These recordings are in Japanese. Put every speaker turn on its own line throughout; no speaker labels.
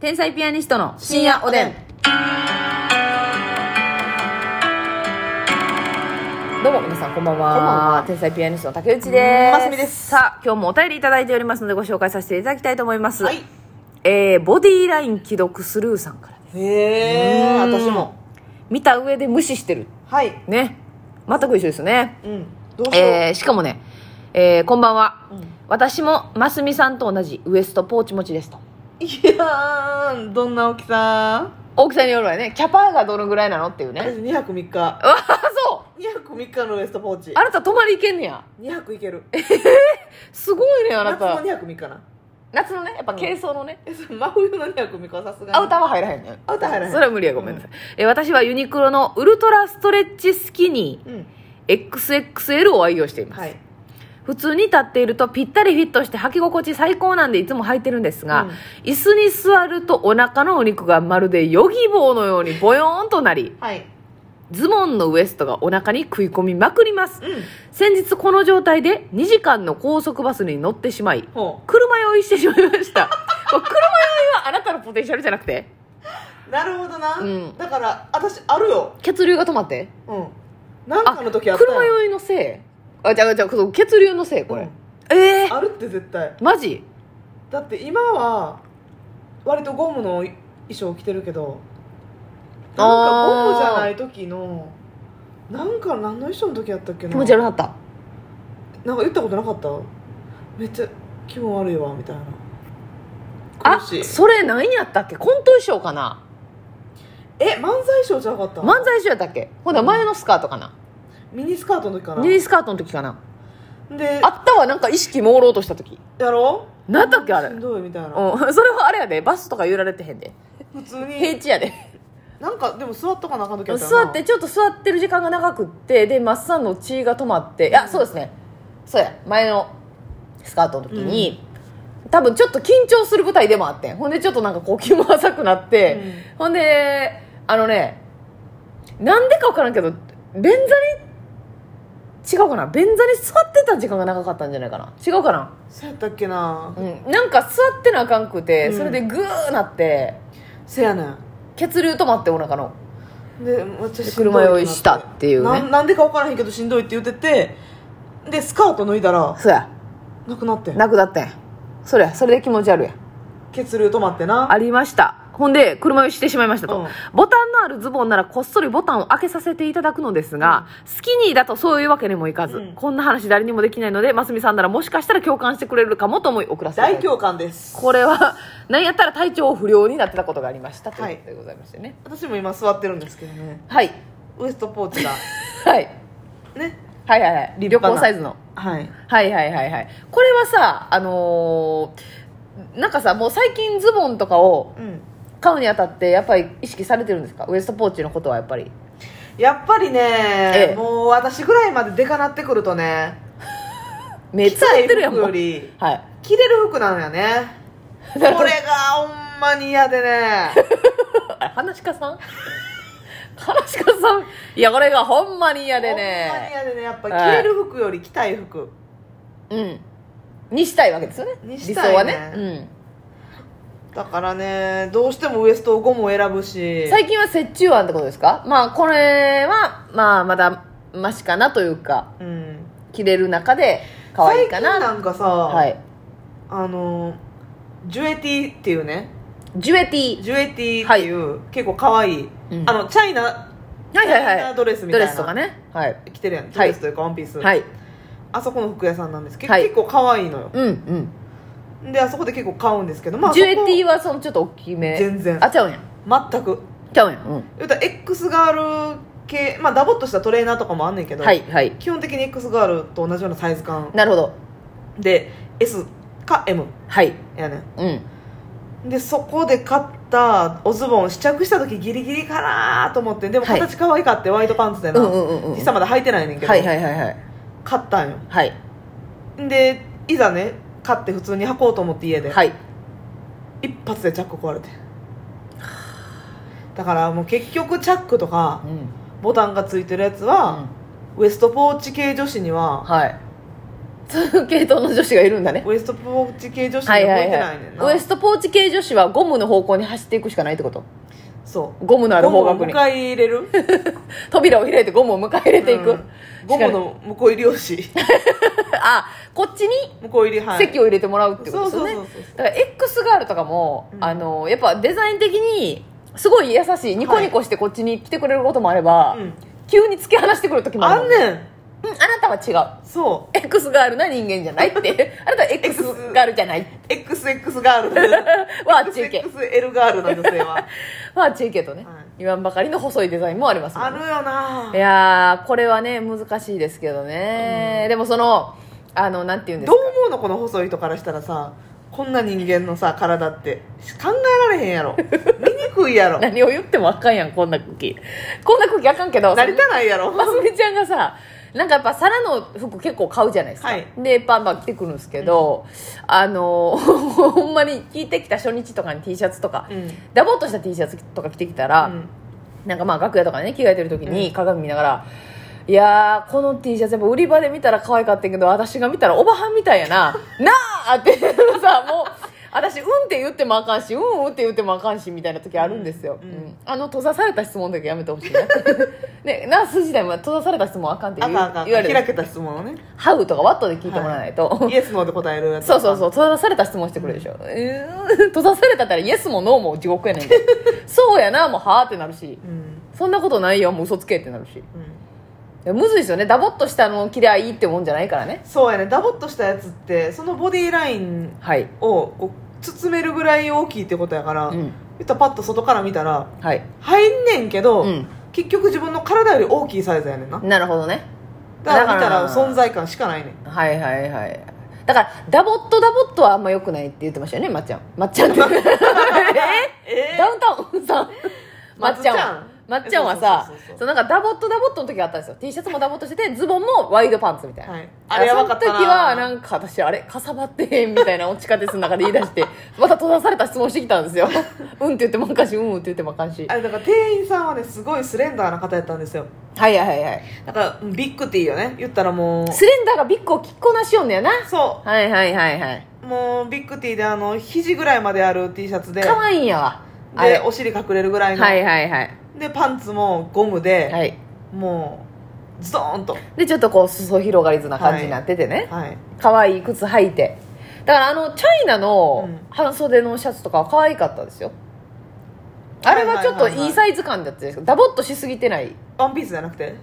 天才ピアニストの深夜おでん。どうも皆さんこんばんは。
こんばんは
天才ピアニストの竹内です。
ますみです
さあ、今日もお便りいただいておりますのでご紹介させていただきたいと思います。
はい
えー、ボディーライン既読スルーさんからです。
へえ
うん
私も
見た上で無視してる。
はい
ね。全く一緒ですね。
うんどうしよう、
えー、しかもね、えー、こんばんは。
うん
私もますみさんと同じウエストポーチ持ちですと。
いやーどんな大きさ
大きさによるわね。キャパがどのぐらいなのっていうね。
私2泊3日
わあ、そう
2泊3日のウエストポーチ
あなた泊まり行けんねや。
2泊いける
すごいね、あな
夏の
た。
2泊3日な
夏のね、やっぱ軽装のね。
えそれ真冬の2泊3日はさすがに
アウターは入らへんね
アウター入らへん
それは無理や、ごめんなさい。え、私はユニクロのウルトラストレッチスキニ
うん
ー XXL を愛用しています。
はい
普通に立っているとぴったりフィットして履き心地最高なんでいつも履いてるんですが、
うん
椅子に座るとお腹のお肉がまるでヨギ棒のようにボヨーンとなり、
はい
ズボンのウエストがお腹に食い込みまくります。
うん
先日この状態で2時間の高速バスに乗ってしまい、
ほ
車酔いしてしまいました これ車酔いはあなたのポテンシャルじゃなくて
うなるほどな、
うん
だから私あるよ
血流が止まって
うんなんかの時あった
車
い
酔いのせいあじゃあじゃあそう血流のせいこれ、
うん
ええ
あるって絶対
マジ
だって今は割とゴムの衣装着てるけどなん
あー
かゴムじゃない時のなんか何の衣装の時やったっけな
気持ち悪かった
なんか言ったことなかっためっちゃ気分悪いわみたいな
あ
苦しい
それ何やったっけコント衣装かな
え漫才衣装じゃなかった
漫才衣装やったっけほんなら前のスカートかな
ミニスカートの時かな
ミニスカートの時かな
で
あったわなんか意識朦朧とした時
やろ
なんだっけあれ
し
うんん
どいみたいな
それはあれやでバスとか揺られてへんで
普通に
平地やで
なんかでも座っとかなあかん時あったよ
座
な
ってちょっと座ってる時間が長くってでマッサンの血が止まっていやそうですねそうや前のスカートの時に、多分ちょっと緊張する舞台でもあってんほんでちょっとなんか呼吸も浅くなって、ほんであのねなんでか分からんけど便座に違うかな便座に座ってた時間が長かったんじゃないかな違うかな、
そうやったっけな
うん、なんか座ってなあかんくて、
うん
それでグーなって
せやねん
血流止まってお腹の
で私
車酔いしたっていうね
ななんでか分からへんけどしんどいって言っててでスカート脱いだら
そうや
なくなってん
なくなってんそれやそれで気持ち悪いや
血流止まってな
ありましたほんで車酔いしてしまいましたと、
うん
ボタンのあるズボンならこっそりボタンを開けさせていただくのですが、スキニーだとそういうわけにもいかず、
うん
こんな話誰にもできないのでますみさんならもしかしたら共感してくれるかもと思い送らせていただ
大
き
共感です
これは何やったら体調不良になってたことがありましたと
はい
いうことでございましてね
私も今座ってるんですけどね
はい、
ウエストポー チが
はい、
ね
はいはいはい旅
派な
行サイズの
はい
はいはいはいはいこれはさあのーなんかさもう最近ズボンとかを
うん
買うにあたってやっぱり意識されてるんですかウエストポーチのことはやっぱり
やっぱりね、
ええ
もう私ぐらいまででかなってくるとね
めっちゃやってるやん
着たい服
も
よ
う
り
はい
着れる服なのよねこれがほんまに嫌でね
あれ 話し家さん話し家さんいやこれがほんまに嫌で
ほんまに
ね
嫌でねやっぱ着
はい
れる服より着たい服
うんにしたいわけですよね
に
理
し
想
たいね
はね、
だからねどうしてもウエストを5も選ぶ
うん、
し
最近は折衷案ってことですかまあこれはまあまだマシかなというか
うん
着れる中で可愛いか
最近
な
なんかさ、
はい
あのジュエティっていうね
ジュエティ
ジュエティっていう、結構可愛い、
うん
あのチャイナ
はいはい
チャイ
は
ナ
い
ドレスみ
ド
たい
レ
な
スとかねはい
着てるやんドレスというかワンピース、
はい
あそこの服屋さんなんですけど、
はい
結構可愛いのよ
うんうん
であそこで結構買うんですけどまあ
ジュエティ
は
はそのちょっと大きめ
全然
あちゃうんや
全く
ちゃうんやうん
言うたら X ガール系まあダボっとしたトレーナーとかもあんねんけど、
はいはい
基本的に X ガールと同じようなサイズ感
なるほど
で S か M
はい
やねん
うん
でそこで買ったおズボン試着した時ギリギリかなと思ってでも
はい
形可愛かって、ワイドパンツで
う
な、
んうんうんうん
実際まだ履いてないねんけど、
はいはいはいはい
買ったんよ
はい
でいざね買って普通に履こうと思って家で、
はい
一発でチャック壊れてだからもう結局チャックとか
うん
ボタンがついてるやつ
う
は、
ん
ウエストポーチ系女子には
はいそういう系統の女子がいるんだね
ウエストポーチ系女子に
は
覚
いは
え
い
てないねんな、
はいウエストポーチ系女子はゴムの方向に走っていくしかないってこと
そう
ゴムのある方
ゴ
角
ムを迎え
に
入 れる
扉を開いてゴムを迎え入れていく、
うんゴムの向こう入りをし
あこっちに
向こう入りはい
席
を
を入れてもらうってことですよね
そうそうそうそう
だから X ガールとかも、
うん
あのやっぱデザイン的にすごい優しいニコニコしてこっちに来てくれることもあれば、
うん
急に突き放してくる時もあ
あ
る
ん
も
ねん
うんあなたは違う
そう
X ガールな人間じゃないって あなたは X ガールじゃない
XX ガール
はあっち行け
XXL ガールな女性 は
はあっち行けとね、
はい
言わんばかりの細いデザインもありますもんね
あるよない
やーこれはね難しいですけどね、でもそのあのなんて言うんです
ど
か
う思うのこの細い人からしたらさこんな人間のさ体って考えられへんやろ醜いや ろ
何を言ってもあかんやんこんな空気こんな空気あかんけど
なりたないやろ
ますみちゃんがさなんかやっぱ皿の服結構買うじゃないですか、
はい
でバンバン着てくるんですけど、あの ほんまに聞いてきた初日とかに T シャツとか、
うん
ダボっとした T シャツとか着てきたら、
うん
なんかまあ楽屋とかね着替えてる時に鏡見ながら、いやーこの T シャツやっぱ売り場で見たら可愛かったんやけど私が見たらおばはんみたいや ななあってさもう私うんって言ってもあかんしうんうんって言ってもあかんしみたいな時あるんですよ、
うん
うんあの閉ざされた質問だけやめてほしいな ねナース時代も閉ざされた質問あかんって
あ
言う
かんあかん
言われ
開
る
けた質問をね
ハウとかワットで聞いてもらわないと、
イエスノーで答えるやつ
そうそうそう閉ざされた質問してくるでしょ、えー 閉ざされたったらイエスもノーも地獄やねん でそうやなもうはあってなるし
うん
そんなことないよもう嘘つけってなるし
うん
でもむずいですよねダボっとしたのを着りゃいいってもんじゃないからね
そうやねダボっとしたやつってそのボディライン
はい
をこう包めるぐらい大きいってことやから、
うん
言ったらパッと外から見たら
はい
入んねんけど、
うん
結局自分の体より大きいサイズやねんな
なるほどね
だから見た
だ
ら
から
存在感しかないねん
はいはいはいだからダボっとダボっとはあんま良くないって言ってましたよねまっちゃんまっちゃん ってえ
え
ダウンタウンさんまっちゃんはま
ま
っ
っ
ち
ち
ゃ
ゃ
ん
ん
はさ
そうそうそうそう
そうなんかダボっとダボっとの時があったんですよ T シャツもダボっとしててズボンもワイドパンツみたいな、
はいあれやばかった
そ
な
の時はなんか私あれかさばってへんみたいな地下鉄の中で言い出 してまた閉ざされた質問してきたん ですようんって言ってもあかんしうんうんって言ってもあかんし
あれだから店員さんはねすごいスレンダーな方やったんですよ
はいはいはいはい
だからうんビッグティーよね言ったらもう
スレンダーがビッグを着っこなしよんだよな
そ
はいはいはいはいう
もうビッグティーであの肘ぐらいまである T シャツで
かわいいんやわあれ
でお尻隠れるぐらいの、
はいはいはい
でパンツもゴムで、
はい
もうズドーンと
でちょっとこう裾広がりずな感じになっててね、
はい
可愛い靴履いてだからあのチャイナの
うん
半袖のシャツとかは可愛かったですよ、あれはちょっと
はいはいは
い
いはい
いサイズ感だったんですけどダボっとしすぎてない
ワンピースじゃなくて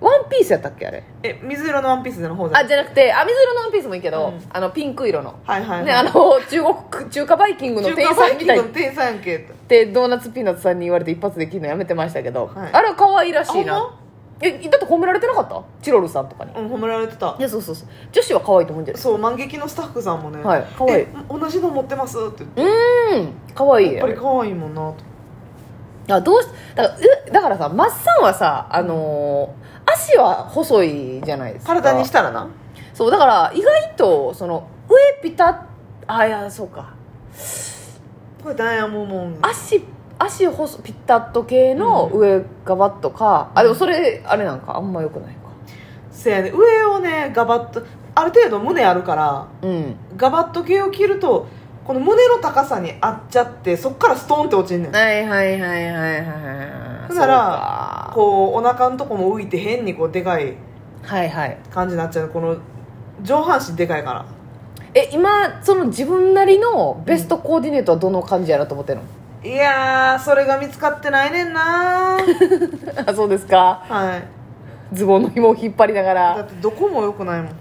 ワンピースやったっけあれ
え水色のワンピースの方じゃ
あ
なく
じゃなくてあ水色のワンピースもいいけど、
うん
あのピンク色の、
はいはいはい、
ね、あの中国中華バイキングの
中
店
華
員
バ
さ
イ
ん
キ
み
ン
た
グ
い
の
っ
店員さんやんけと
てドーナツピーナッツさんに言われて一発で切るのやめてましたけど、
はい
あれは可愛いらしい
ほ
なえだって褒められてなかったチロルさんとかに、
うん褒められてた
いやそうそうそう女子は可愛いと思うんじゃない
そう万劇のスタッフさんもね「
はい可愛い
え同じの持ってます」って言って
うん可愛い
やっぱり可愛いもんなと
あどうしだからえだからさマッサンはさあのー足は細いじゃないですか
体にしたらな
そうだから意外とその上ピタッあいやそうか
これダイヤモンド
足足細ピタッと系の上ガバッとか、あでもそれあれなんかあんまよくないか
せやね上をねガバッとある程度胸あるから
うん
ガバッと系を着るとこの胸の高さに合っちゃってそっからストーンって落ちんねん
はいはいはいはいはい
だから
そう
こうお腹のとこも浮いて変にこうでかい
はいはい
感じになっちゃうこの上半身でかいから
え今その自分なりのベストコーディネートはどの感じやなと思ってるの、
いやーそれが見つかってないねんな
あ そうですか
はい
ズボンの紐を引っ張りなが
だ
ら
ってどこも良くないもん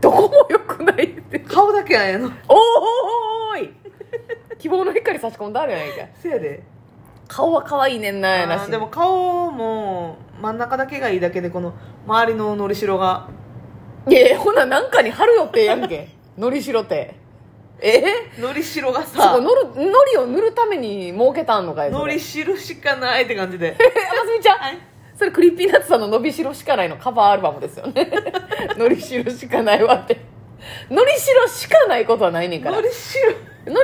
どこもよくないって
顔だけやねんの
おーおーおーい希望の光差し込んだあるやないか
せやで
顔は可愛いねんなやな
あ
し
ーでも顔も真ん中だけがいいだけでこの周りののりしろが
いやいやほななんかに貼る予定やん けのりしろってえ
のりしろが
そこの
さ
るのりを塗るために儲けたんのかいそれ
のりしろしかないって感じで
え あますみちゃん、
はい
それクリーピーナッツさんの「伸びしろしかない」のカバーアルバムですよ ね 「のりしろしかないわ」ってのりしろしかないことはないねんから
の
のり
りし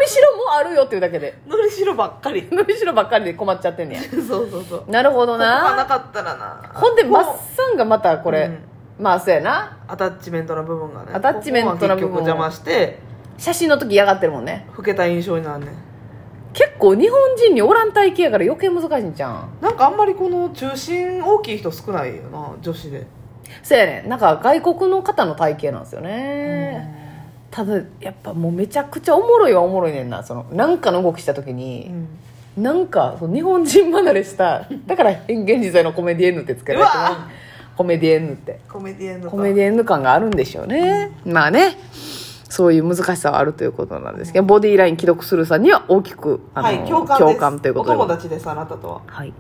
しろもあるよっていうだけで
ろのりしろばっかり
のりしろばっかりで困っちゃってんねや
そうそうそうこ
なるほど
こが
な
なかったらな
ほんで
こう
マッサンがまたこれ、
うん
まあそうやな
アタッチメントの部分がね
アタッチメントの部分を
ここは結局邪魔して
写真の時嫌がってるもんね
老けた印象になんねん
結構日本人におらん体型やから余計難しいんじゃん
なんかあんまりこの中心大きい人少ないよな女子で
そうやねんなんか外国の方の体型なんですよね、ただやっぱもうめちゃくちゃおもろいはおもろいねんなそのなんかの動きした時
う
に、
ん
なんかそう日本人離れ しただから変現実在のコメディエンヌってつけられてる
うわ
コメディエンヌって
コメディエンド
コメディエンヌ感があるんでしょうね、まあねそういう難しさはあるということなんですけど、ボディライン既読するさんには大きくあの、
はい共感です
ということ
お友
で
達ですあなたとは
はい、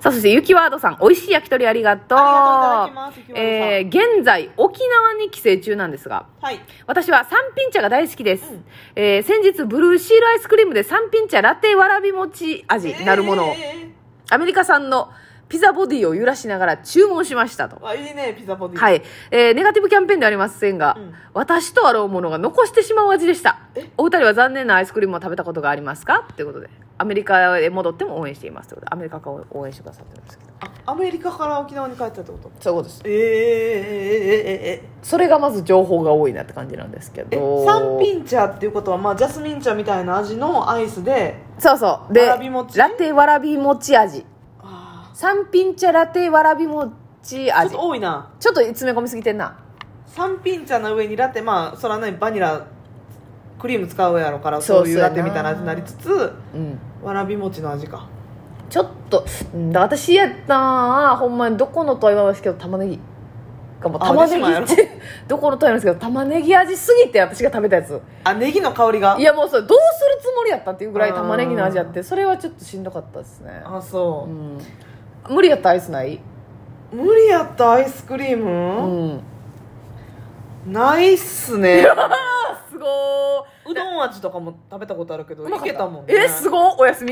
さあそしてゆきワードさん美味しい焼き鳥ありがとう
ありがとういただきます
えー現在沖縄に帰省中なんですが
はい
私は三品茶が大好きです、
うん
えー先日ブルーシールアイスクリームで三品茶ラテわらび餅味なるものを、
え
アメリカ産のピザボディを揺らしながら注文しましたと
ー、わいいねピザボディ、
はいい、えーネガティブキャンペーンではありませんが、
うん
私とあろうものが残してしまう味でした
え
お二人は残念なアイスクリームを食べたことがありますかということでアメリカへ戻っても応援していますということでアメリカから応援してくださってるんですけど
あアメリカから沖縄に帰ったってこと
そういうことです
えー、えー、えー、えー、えー
それがまず情報が多いなって感じなんですけ
え
ど
三品茶っていうことは、まあ、ジャスミン茶みたいな味のアイスで
そうそうで
わらび餅
ラテわらび餅味
あ
三品茶ラテわらび餅
ーちょっ
味
と多いな
ちょっと詰め込みすぎてんな
三品茶の上にラテまあそらねバニラクリーム使うやろから
そう
そういうラテみたいな味
そう
に
やな
なりつつ
うん
わらび餅の味か
ちょっとうんだ私やったらほんまにどこのとは言わないですけど玉ねぎがもう
あ
玉ね
私もやろ
ぎって どこのとは言わないですけど玉ねぎ味すぎて私が食べたやつ
あネギの香りが
いやもうそれどうするつもりやったっていうぐらい玉ねぎの味あってそれはちょっとしんどかったですね、
あ
う
そ
ん、無理やったアイスないう
無理やったアイスクリー
う
ム、
ん
ないっすね
すご
うどん味とかも食べたことあるけど
うま
い
かった
けたもんね
えすごいおやすみ